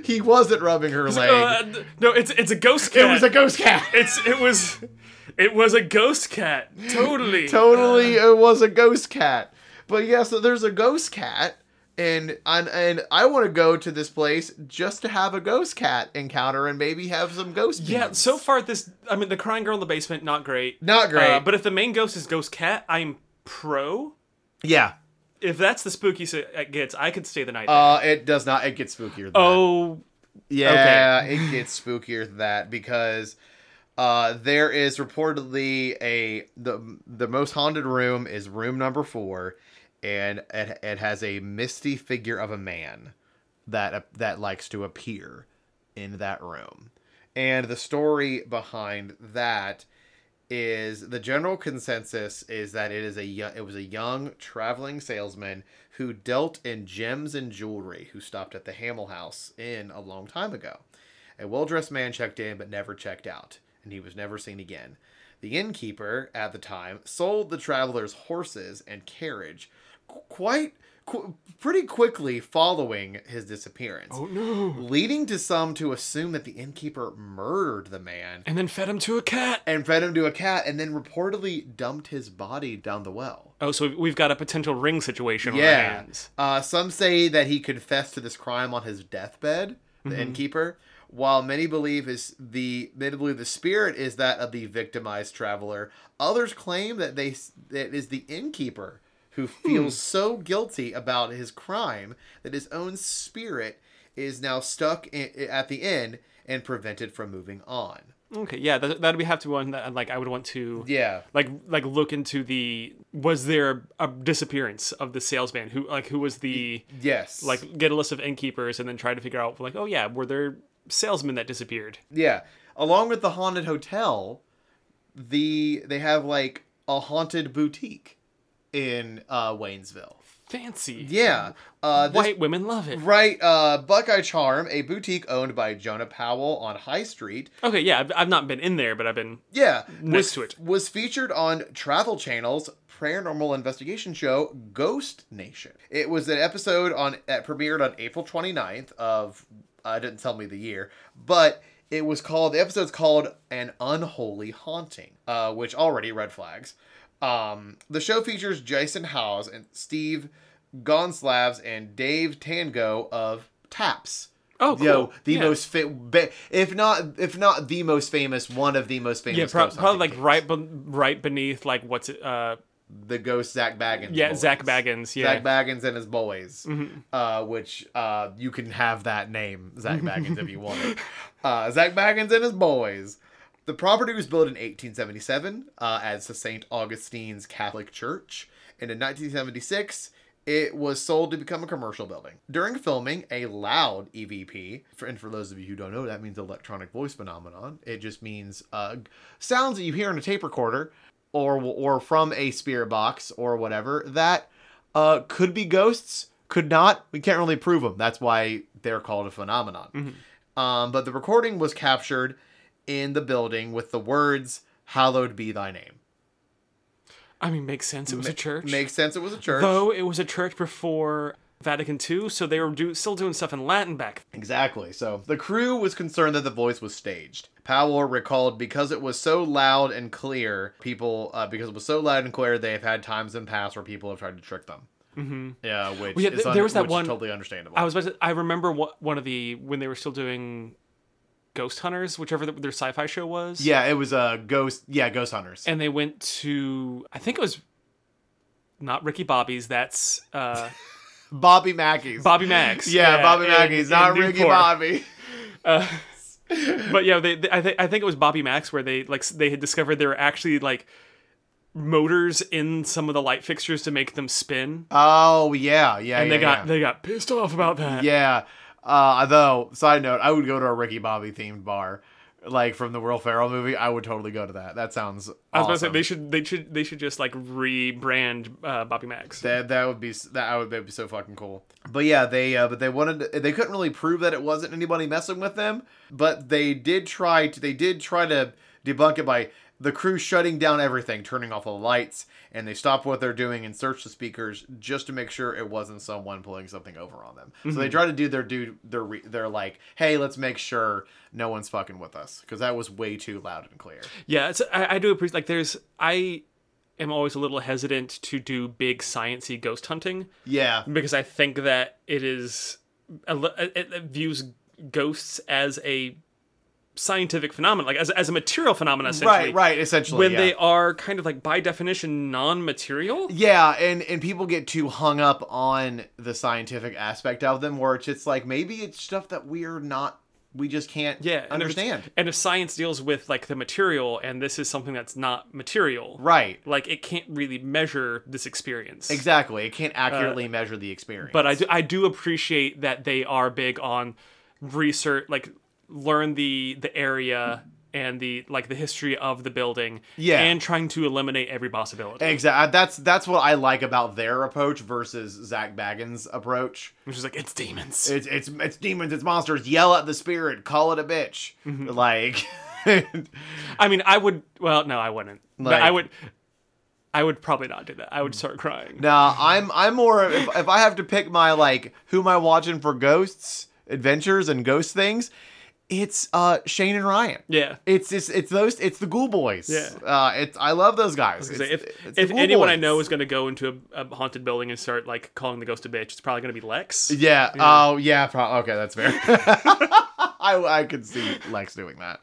Speaker 2: he wasn't rubbing her leg
Speaker 1: Uh, th- no, it's it's a ghost "Oh, cat.
Speaker 2: it was a ghost cat
Speaker 1: It's it was, it was a ghost cat. Totally.
Speaker 2: totally it was a ghost cat but yeah so there's a ghost cat and and, and i want to go to this place just to have a ghost cat encounter and maybe have some ghost
Speaker 1: Yeah.
Speaker 2: beans.
Speaker 1: So far, this. I mean, the crying girl in the basement. Not great.
Speaker 2: not great
Speaker 1: Uh, but if the main ghost is ghost cat, I'm pro.
Speaker 2: yeah
Speaker 1: If that's the spooky s- it gets, I could stay the night.
Speaker 2: uh it does not it gets spookier than that.
Speaker 1: oh,
Speaker 2: yeah it gets spookier than that because Uh, there is reportedly a the the most haunted room is room number four, and it, it has a misty figure of a man that that likes to appear in that room. And the story behind that is the general consensus is that it is a yo- it was a young traveling salesman who dealt in gems and jewelry who stopped at the Hamel House Inn a long time ago. A well-dressed man checked in but never checked out, and he was never seen again. The innkeeper at the time sold the traveler's horses and carriage qu- quite qu- pretty quickly following his disappearance,
Speaker 1: no!
Speaker 2: leading to some to assume that the innkeeper murdered the man
Speaker 1: And then fed him to a cat.
Speaker 2: and fed him to a cat and then reportedly dumped his body down the well.
Speaker 1: Oh, so we've got a potential ring situation on our
Speaker 2: Yeah.
Speaker 1: hands.
Speaker 2: Uh, some say that he confessed to this crime on his deathbed, the
Speaker 1: Mm-hmm.
Speaker 2: innkeeper, while many believe is the many believe the spirit is that of the victimized traveler. Others claim that they s- that it is the innkeeper who
Speaker 1: Hmm.
Speaker 2: feels so guilty about his crime that his own spirit is now stuck in, at the inn and prevented from moving on.
Speaker 1: Okay, yeah, that, that'd be have to be one that uh, like I would want to
Speaker 2: Yeah.
Speaker 1: like like look into the was there a disappearance of the salesman who like who was the
Speaker 2: Yes.
Speaker 1: like get a list of innkeepers and then try to figure out like oh yeah were there salesmen that disappeared
Speaker 2: Yeah. Along with the haunted hotel, the they have like a haunted boutique in uh Waynesville.
Speaker 1: fancy
Speaker 2: Yeah. Uh this,
Speaker 1: white women love it
Speaker 2: right uh Buckeye Charm, a boutique owned by Jonah Powell on High Street.
Speaker 1: okay yeah I've, I've not been in there but I've been
Speaker 2: Yeah.
Speaker 1: Next
Speaker 2: was,
Speaker 1: to it.
Speaker 2: Was featured on Travel Channel's paranormal investigation show Ghost Nation. It was an episode on that premiered on April 29th of uh, it didn't tell me the year, but it was called the episode's called An Unholy Haunting, uh, which already red flags. Um, the show features Jason Howes and Steve Gonslavs and Dave Tango of Taps.
Speaker 1: oh cool.
Speaker 2: Yo, the
Speaker 1: yeah.
Speaker 2: most fa- ba- if not if not the most famous, one of the most famous.
Speaker 1: yeah pro-
Speaker 2: ghost
Speaker 1: probably
Speaker 2: hunting
Speaker 1: like right
Speaker 2: teams.
Speaker 1: be- right beneath like what's it uh
Speaker 2: the ghost Zach Baggins.
Speaker 1: yeah
Speaker 2: boys.
Speaker 1: Zach Baggins yeah
Speaker 2: Zach Baggins and his boys, uh, which uh, you can have that name, Zach Baggins, if you want it. Uh, Zach Baggins and his boys. The property was built in 1877 uh, as the St. Augustine's Catholic Church, and in 1976, it was sold to become a commercial building. During filming, a loud EVP, for, and for those of you who don't know, that means electronic voice phenomenon. It just means uh, sounds that you hear in a tape recorder or or from a spirit box or whatever that uh, could be ghosts, could not. We can't really prove them. That's why they're called a phenomenon.
Speaker 1: Mm-hmm.
Speaker 2: Um, but the recording was captured in the building with the words "Hallowed be Thy name."
Speaker 1: I mean makes sense it was a church
Speaker 2: Makes sense. It was a church.
Speaker 1: though it was a church before Vatican II so they were do- still doing stuff in Latin back
Speaker 2: Exactly. So the crew was concerned that the voice was staged. Powell recalled because it was so loud and clear, people uh, because it was so loud and clear, they have had times in past where people have tried to trick them. Mm-hmm. Yeah, which
Speaker 1: yeah,
Speaker 2: is
Speaker 1: th-
Speaker 2: un-
Speaker 1: there was that
Speaker 2: which is
Speaker 1: one-
Speaker 2: totally understandable.
Speaker 1: I was about to, I remember what, one of the when they were still doing Ghost Hunters, whichever the, their sci-fi show was.
Speaker 2: yeah, it was a uh, ghost. Yeah, ghost hunters.
Speaker 1: And they went to I think it was not Ricky Bobby's. That's uh,
Speaker 2: Bobby Mackey's.
Speaker 1: Bobby Max.
Speaker 2: Yeah, Bobby
Speaker 1: in-
Speaker 2: Mackey's,
Speaker 1: in
Speaker 2: not Ricky
Speaker 1: Newport.
Speaker 2: Bobby.
Speaker 1: Uh, But yeah, they, they- I think I think it was Bobby Max where they like s- they had discovered there were actually like motors in some of the light fixtures to make them spin,
Speaker 2: Oh yeah, yeah.
Speaker 1: and
Speaker 2: yeah,
Speaker 1: they got
Speaker 2: yeah.
Speaker 1: they got pissed off about that.
Speaker 2: yeah. Uh, though, side note, I would go to a Ricky Bobby themed bar, like from the Will Ferrell movie. I would totally go to that. That sounds.
Speaker 1: I was
Speaker 2: awesome.
Speaker 1: about to say they should they should they should just like rebrand uh, Bobby Max.
Speaker 2: That that would be s- that I would that would be so fucking cool. But yeah, they uh, but they wanted to- they couldn't really prove that it wasn't anybody messing with them. But they did try to they did try to debunk it by the crew shutting down everything, turning off all the lights, and they stopped what they're doing and searched the speakers just to make sure it wasn't someone pulling something over on them. So they
Speaker 1: Mhm.
Speaker 2: tried to do their do their re- their like, hey, let's make sure no one's fucking with us because that was way too loud and clear.
Speaker 1: Yeah, it's, I, I do appreciate. Like, there's I am always a little hesitant to do big sciency ghost hunting
Speaker 2: Yeah,
Speaker 1: because I think that it is a li- it, it views ghosts as a scientific phenomenon, like as as a material phenomenon, essentially.
Speaker 2: right, right. Essentially,
Speaker 1: When
Speaker 2: yeah.
Speaker 1: they are kind of like by definition non-material.
Speaker 2: Yeah, and and people get too hung up on the scientific aspect of them, where it's just like maybe it's stuff that we're not we just can't
Speaker 1: Yeah, and if it's-
Speaker 2: understand.
Speaker 1: and if science deals with like the material, and this is something that's not material,
Speaker 2: Right.
Speaker 1: Like it can't really measure this experience.
Speaker 2: Exactly. It can't accurately measure the experience.
Speaker 1: Uh, But I do, I do appreciate that they are big on research, like learn the the area and the like the history of the building,
Speaker 2: Yeah.
Speaker 1: and trying to eliminate every possibility,
Speaker 2: Exactly. uh, That's that's what I like about their approach versus Zach Baggins' approach.
Speaker 1: which is like it's demons.
Speaker 2: It's it's it's demons, it's monsters. Yell at the spirit, call it a bitch.
Speaker 1: Mm-hmm.
Speaker 2: Like,
Speaker 1: I mean, I would. Well, no, I wouldn't. but
Speaker 2: Like-
Speaker 1: I would. I would probably not do that. I would start crying.
Speaker 2: nah. I'm I'm more if, if I have to pick my like who am I watching for ghosts adventures and ghost things, it's uh Shane and Ryan.
Speaker 1: Yeah.
Speaker 2: It's it's it's those it's the Ghoul Boys.
Speaker 1: Yeah.
Speaker 2: Uh, it's I love those guys.
Speaker 1: So
Speaker 2: It's-
Speaker 1: if
Speaker 2: it's the
Speaker 1: if
Speaker 2: Ghoul
Speaker 1: anyone I
Speaker 2: Boys.
Speaker 1: know is going to go into a, a haunted building and start like calling the ghost a bitch, it's probably going to be Lex.
Speaker 2: Yeah. Oh, yeah. Pro- okay, that's fair. I, I could see Lex doing that.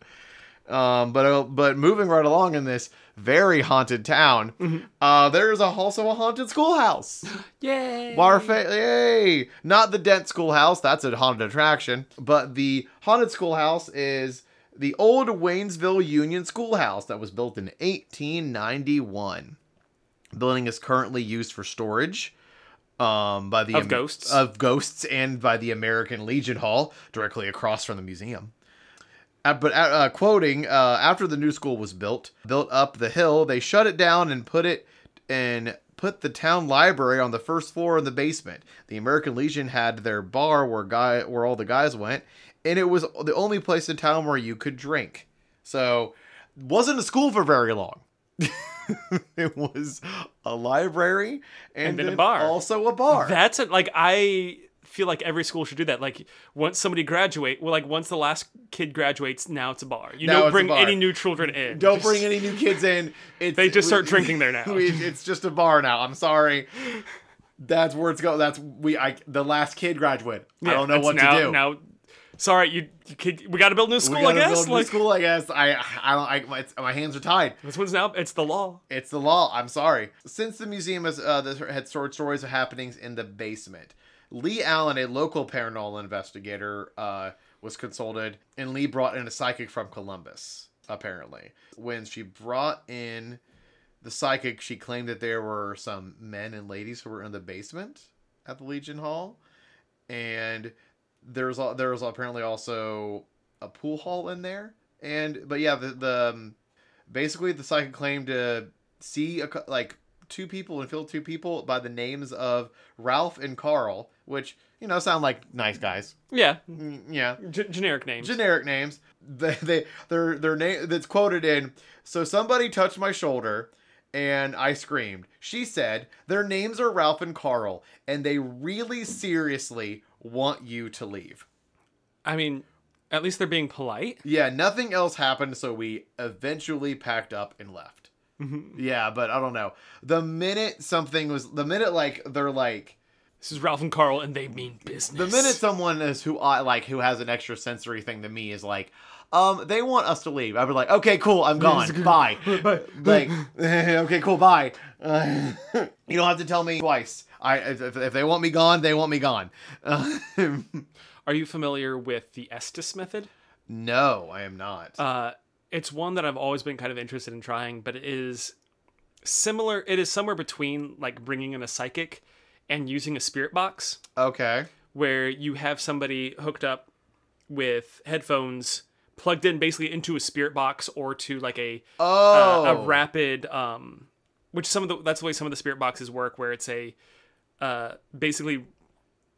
Speaker 2: Um, but uh, but moving right along in this very haunted town,
Speaker 1: Mm-hmm.
Speaker 2: uh, there is a, also a haunted schoolhouse.
Speaker 1: Yay!
Speaker 2: Barfa- yay! Not the Dent Schoolhouse. That's a haunted attraction. But the haunted schoolhouse is the old Waynesville Union Schoolhouse that was built in 1891. The building is currently used for storage. Um, by the
Speaker 1: Of ghosts.
Speaker 2: of ghosts, and by the American Legion Hall, directly across from the museum. Uh, but uh, uh, quoting, uh, after the new school was built, built up the hill, they shut it down and put it and put the town library on the first floor in the basement. The American Legion had their bar where guy where all the guys went, and it was the only place in town where you could drink. So, wasn't a school for very long. it was a library and,
Speaker 1: And then a
Speaker 2: then
Speaker 1: bar.
Speaker 2: also a bar.
Speaker 1: That's it. Like I feel like every school should do that. Like once somebody graduate, well, like once the last kid graduates, now it's a bar. You
Speaker 2: Now
Speaker 1: don't
Speaker 2: it's a
Speaker 1: bring
Speaker 2: bar.
Speaker 1: any new children in.
Speaker 2: Don't bring any new kids in. It's,
Speaker 1: They just start drinking there now.
Speaker 2: we- it's just a bar now. I'm sorry. That's where it's going. That's we. I the last kid graduate. I
Speaker 1: Yeah,
Speaker 2: don't know
Speaker 1: it's
Speaker 2: what
Speaker 1: now,
Speaker 2: to do.
Speaker 1: Now, sorry, you, you kid, we got to build a new
Speaker 2: we
Speaker 1: school. I
Speaker 2: gotta
Speaker 1: guess.
Speaker 2: build a new
Speaker 1: like
Speaker 2: school. I guess. I. I don't. I, my, it's- my hands are tied.
Speaker 1: this one's now. It's the law.
Speaker 2: It's the law. I'm sorry. Since the museum has uh, this had stored stories of happenings in the basement, Lee Allen, a local paranormal investigator, uh, was consulted, and Lee brought in a psychic from Columbus. Apparently, when she brought in the psychic, she claimed that there were some men and ladies who were in the basement at the Legion Hall, and there's al- there was apparently also a pool hall in there. And but yeah, the, the um, basically the psychic claimed to see a, cou- like two people and feel two people by the names of Ralph and Carl, which you know sound like nice guys.
Speaker 1: Yeah,
Speaker 2: Mm, Yeah,
Speaker 1: G- generic names.
Speaker 2: generic names. They they their their name that's quoted in. So somebody touched my shoulder. And I screamed. She said, Their names are Ralph and Carl, and they really seriously want you to leave.
Speaker 1: I mean, at least they're being polite.
Speaker 2: Yeah, nothing else happened, so we eventually packed up and left.
Speaker 1: Mm-hmm.
Speaker 2: Yeah, but I don't know. The minute something was, the minute like they're like,
Speaker 1: This is Ralph and Carl, and they mean business.
Speaker 2: the minute someone is who I like who has an extra sensory thing than me is like, um, they want us to leave. I'd be like, okay, cool, I'm gone, bye. like, okay, cool, bye. Uh, you don't have to tell me twice. I if, if if they want me gone, they want me gone. Uh,
Speaker 1: Are you familiar with the Estes method?
Speaker 2: no, I am not.
Speaker 1: Uh, it's one that I've always been kind of interested in trying, but it is similar. It is somewhere between like bringing in a psychic and using a spirit box,
Speaker 2: okay,
Speaker 1: where you have somebody hooked up with headphones plugged in basically into a spirit box or to like a
Speaker 2: oh,
Speaker 1: uh, a rapid um which some of the that's the way some of the spirit boxes work where it's a uh basically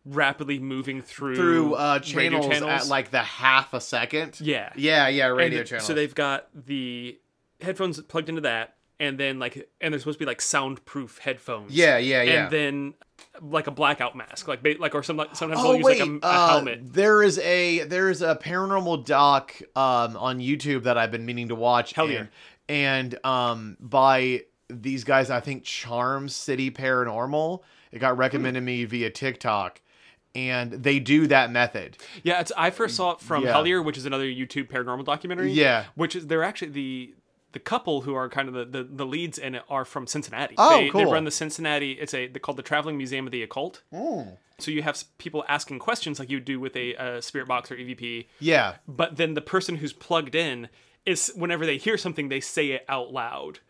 Speaker 1: rapidly moving through
Speaker 2: through uh,
Speaker 1: radio
Speaker 2: channels, at like the half a second.
Speaker 1: yeah
Speaker 2: yeah, yeah,
Speaker 1: And
Speaker 2: radio
Speaker 1: it-
Speaker 2: channels.
Speaker 1: so they've got the headphones plugged into that and then like and they're supposed to be like soundproof headphones
Speaker 2: yeah, yeah, yeah.
Speaker 1: and then like a blackout mask like ba- like or some like sometimes
Speaker 2: oh
Speaker 1: they'll use
Speaker 2: wait,
Speaker 1: like a, a
Speaker 2: uh,
Speaker 1: helmet
Speaker 2: there is a there is a paranormal doc um, on YouTube that I've been meaning to watch.
Speaker 1: Hell yeah.
Speaker 2: and, and um, by these guys, I think Charm City Paranormal. It
Speaker 1: Hmm.
Speaker 2: got recommended me via TikTok, and they do that method.
Speaker 1: yeah it's i first saw it from
Speaker 2: Yeah.
Speaker 1: hellier which is another youtube paranormal documentary
Speaker 2: Yeah.
Speaker 1: which is they're actually the the couple who are kind of the, the, the leads in it are from Cincinnati.
Speaker 2: Oh,
Speaker 1: they, they
Speaker 2: cool. Mm.
Speaker 1: run the Cincinnati. It's a they're called the Traveling Museum of the Occult. So you have s- people asking questions like you do with a uh, spirit box or EVP,
Speaker 2: Yeah.
Speaker 1: but then the person who's plugged in is whenever they hear something they say it out loud,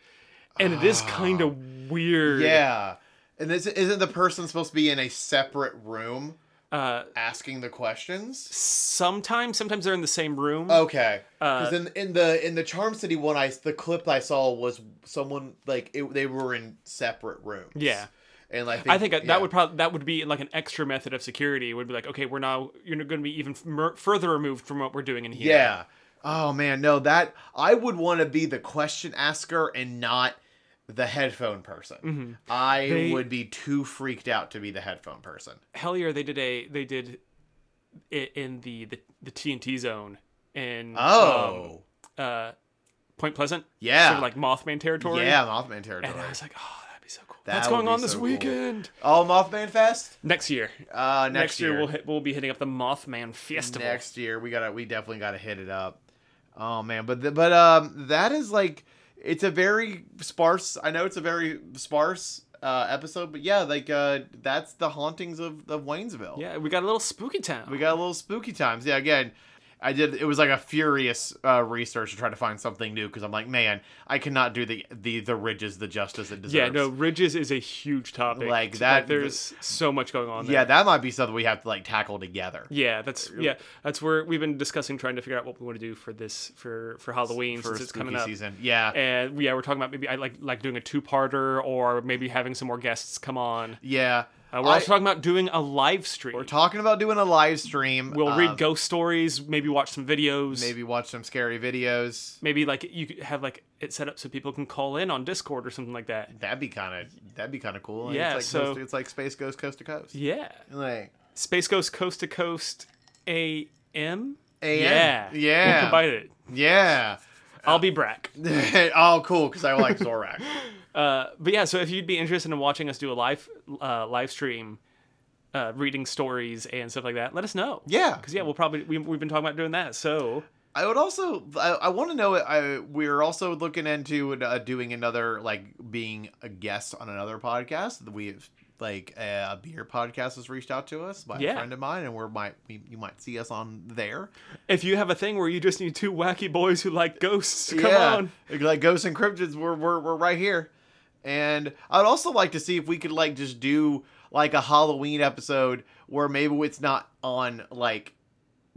Speaker 1: and it is kind of weird.
Speaker 2: Ah. Yeah. And this isn't the person supposed to be in a separate room
Speaker 1: Uh,
Speaker 2: asking the questions?
Speaker 1: sometimes sometimes they're in the same room.
Speaker 2: Okay.
Speaker 1: uh,
Speaker 2: Because in, in the in the Charm City one, I the clip I saw was someone like it, they were in separate rooms.
Speaker 1: Yeah.
Speaker 2: And I think
Speaker 1: I think that
Speaker 2: yeah.
Speaker 1: would probably that would be like an extra method of security. Would be like, okay, we're now you're going to be even mer- further removed from what we're doing in here.
Speaker 2: Yeah. Oh man, no, that I would want to be the question asker and not the headphone person. I
Speaker 1: Mm-hmm. They-
Speaker 2: would be too freaked out to be the headphone person.
Speaker 1: Hellier, they did a they did it in the the, the TNT zone in um,
Speaker 2: Oh.
Speaker 1: uh, Point Pleasant,
Speaker 2: yeah.
Speaker 1: sort of like Mothman territory.
Speaker 2: yeah, Mothman territory.
Speaker 1: and I was like, oh, that'd be so cool.
Speaker 2: That
Speaker 1: What's
Speaker 2: would
Speaker 1: going
Speaker 2: be
Speaker 1: on this
Speaker 2: so cool.
Speaker 1: weekend?
Speaker 2: All Mothman Fest?
Speaker 1: Next year,
Speaker 2: Uh next,
Speaker 1: next
Speaker 2: year
Speaker 1: year, we'll hit, we'll be hitting up the Mothman Festival.
Speaker 2: next year we gotta we definitely gotta hit it up oh man but the, but um that is like it's a very sparse i know it's a very sparse uh episode but yeah like uh that's the hauntings of of waynesville
Speaker 1: Yeah, we got a little spooky town.
Speaker 2: we got a little spooky times yeah again i did it was like a furious uh research to try to find something new because i'm like man i cannot do the the the ridges the justice it deserves
Speaker 1: yeah, no, ridges is a huge topic.
Speaker 2: Like that-
Speaker 1: there's so much going on. There.
Speaker 2: yeah Uh, that might be something we have to like tackle together
Speaker 1: Yeah, that's yeah, that's where we've been discussing trying to figure out what we want to do for this for for Halloween
Speaker 2: for
Speaker 1: since it's coming
Speaker 2: spooky
Speaker 1: up.
Speaker 2: season yeah
Speaker 1: And yeah, we're talking about maybe I like like doing a two-parter or maybe having some more guests come on.
Speaker 2: yeah
Speaker 1: Uh, we're
Speaker 2: I-
Speaker 1: also talking about doing a live stream.
Speaker 2: we're talking about doing a live stream
Speaker 1: we'll
Speaker 2: um,
Speaker 1: read ghost stories, maybe watch some videos,
Speaker 2: maybe watch some scary videos.
Speaker 1: maybe like you could have like it set up so people can call in on Discord or something like that.
Speaker 2: That'd be kind of that'd be kind of cool. And
Speaker 1: Yeah,
Speaker 2: it's like
Speaker 1: so-
Speaker 2: coast- it's like space goes coast to coast.
Speaker 1: Yeah.
Speaker 2: Like
Speaker 1: Space Ghost Coast to Coast AM.
Speaker 2: AM.
Speaker 1: Yeah.
Speaker 2: Yeah.
Speaker 1: We'll combine it.
Speaker 2: yeah.
Speaker 1: I'll be Brack.
Speaker 2: oh, cool. Because I like Zorak.
Speaker 1: Uh, but yeah, so if you'd be interested in watching us do a live uh, live stream, uh, reading stories and stuff like that, let us know.
Speaker 2: yeah.
Speaker 1: because yeah, we'll probably we, we've been talking about doing that. So
Speaker 2: I would also I, I want to know. I we're also looking into uh, doing another like being a guest on another podcast. We've like a beer podcast has reached out to us by
Speaker 1: Yeah.
Speaker 2: a friend of mine, and we're might we, you might see us on there.
Speaker 1: if you have a thing where you just need two wacky boys who like ghosts, come
Speaker 2: yeah.
Speaker 1: on.
Speaker 2: Like, Like Ghosts and Cryptids, we're, we're, we're right here. And I'd also like to see if we could, like, just do, like, a Halloween episode where maybe it's not on, like,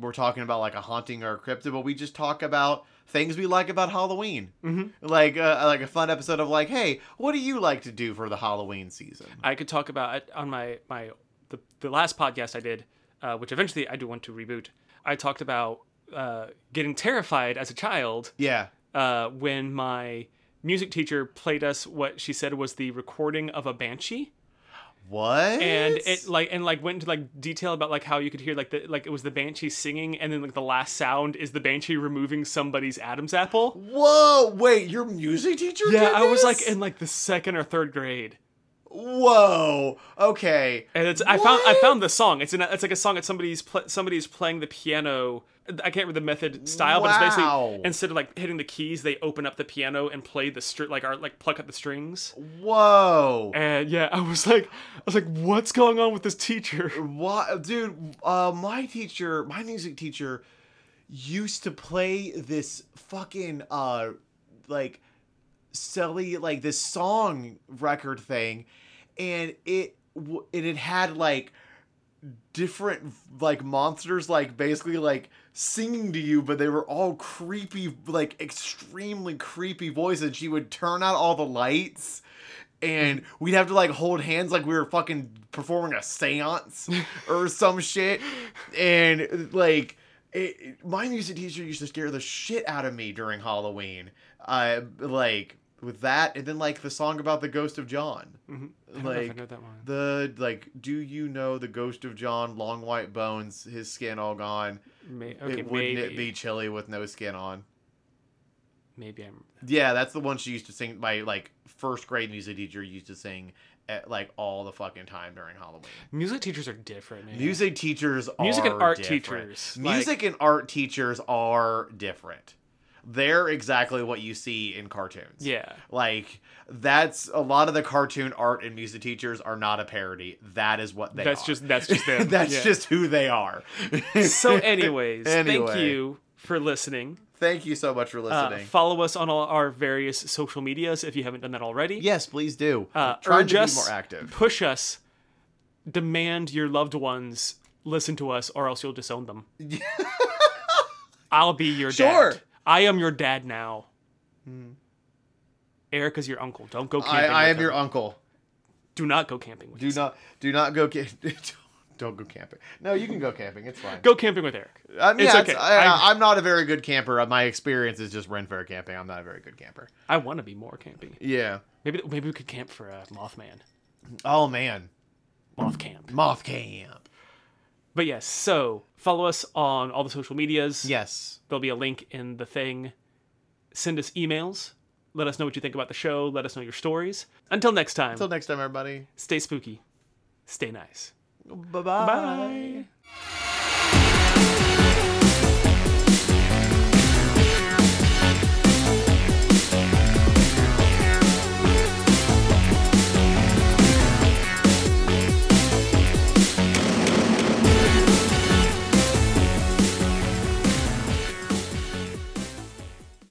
Speaker 2: we're talking about, like, a haunting or a cryptid, but we just talk about things we like about Halloween.
Speaker 1: Mhm.
Speaker 2: Like, uh, like a fun episode of, like, hey, what do you like to do for the Halloween season?
Speaker 1: I could talk about it on my my the, the last podcast I did, uh, which eventually I do want to reboot. I talked about uh, getting terrified as a child
Speaker 2: Yeah.
Speaker 1: uh, when my music teacher played us what she said was the recording of a banshee.
Speaker 2: What?
Speaker 1: and it like and like went into like detail about like how you could hear like the like it was the banshee singing and then like the last sound is the banshee removing somebody's adam's apple
Speaker 2: Whoa, wait, your music teacher
Speaker 1: yeah
Speaker 2: did
Speaker 1: i was like
Speaker 2: this?
Speaker 1: in like the second or third grade
Speaker 2: Whoa, okay.
Speaker 1: and it's i found i found the song it's in a, it's like a song that somebody's pl- somebody's playing the piano i can't remember the method style but it's
Speaker 2: Wow.
Speaker 1: basically instead of like hitting the keys they open up the piano and play the str- like are like pluck up the strings
Speaker 2: Whoa.
Speaker 1: and yeah i was like i was like what's going on with this teacher
Speaker 2: Why, dude? Uh, my teacher, my music teacher, used to play this fucking uh, like, silly like this song record thing, and it w- and it had like different like monsters like basically like singing to you but they were all creepy like extremely creepy voices and she would turn out all the lights and we'd have to like hold hands like we were fucking performing a seance or some shit and like it, it- my music teacher used to scare the shit out of me during halloween uh like with that and then like the song about the ghost of john
Speaker 1: I don't know if I
Speaker 2: like
Speaker 1: know that one.
Speaker 2: the like do you know the ghost of john long white bones his skin all gone
Speaker 1: May- okay,
Speaker 2: it wouldn't
Speaker 1: maybe,
Speaker 2: it be chilly with no skin on
Speaker 1: maybe i'm
Speaker 2: yeah that's the one she used to sing my like first grade music teacher used to sing at like all the fucking time during halloween
Speaker 1: Music teachers are different. Man.
Speaker 2: music teachers
Speaker 1: music and
Speaker 2: are
Speaker 1: art
Speaker 2: different.
Speaker 1: teachers.
Speaker 2: music and art teachers are different they're exactly what you see in cartoons.
Speaker 1: Yeah.
Speaker 2: Like that's a lot of the cartoon art and music teachers are not a parody. That is what they
Speaker 1: That's
Speaker 2: are.
Speaker 1: just that's just them.
Speaker 2: that's
Speaker 1: Yeah.
Speaker 2: just who they are.
Speaker 1: So anyways, thank
Speaker 2: Anyway.
Speaker 1: you for listening.
Speaker 2: Thank you so much for
Speaker 1: Uh,
Speaker 2: listening.
Speaker 1: follow us on all our various social medias if you haven't done that already.
Speaker 2: yes, please do.
Speaker 1: Uh,
Speaker 2: Try
Speaker 1: urge
Speaker 2: to be
Speaker 1: us,
Speaker 2: more active.
Speaker 1: push us, demand your loved ones listen to us, or else you'll disown them. I'll be your
Speaker 2: Sure. Hmm.
Speaker 1: dad. I am your dad now. Eric is your uncle. Don't go
Speaker 2: I,
Speaker 1: camping.
Speaker 2: I
Speaker 1: with
Speaker 2: am
Speaker 1: him.
Speaker 2: your uncle.
Speaker 1: Do not go camping with.
Speaker 2: Do not do not go ca- don't- don't go camping. No, you can go camping. It's fine.
Speaker 1: Go camping with Eric.
Speaker 2: I mean,
Speaker 1: it's
Speaker 2: yeah,
Speaker 1: okay. I,
Speaker 2: I, I'm not a very good camper. My experience is just Ren Fair camping. I'm not a very good camper.
Speaker 1: I want to be more camping.
Speaker 2: Yeah.
Speaker 1: Maybe maybe we could camp for uh, Mothman.
Speaker 2: Oh man,
Speaker 1: Moth camp.
Speaker 2: moth camp.
Speaker 1: But yes, so follow us on all the social medias.
Speaker 2: Yes.
Speaker 1: There'll be a link in the thing. Send us emails. Let us know what you think about the show. Let us know your stories. Until next time,
Speaker 2: Until next time, everybody.
Speaker 1: stay spooky, stay nice.
Speaker 2: Bye-bye.
Speaker 1: Bye.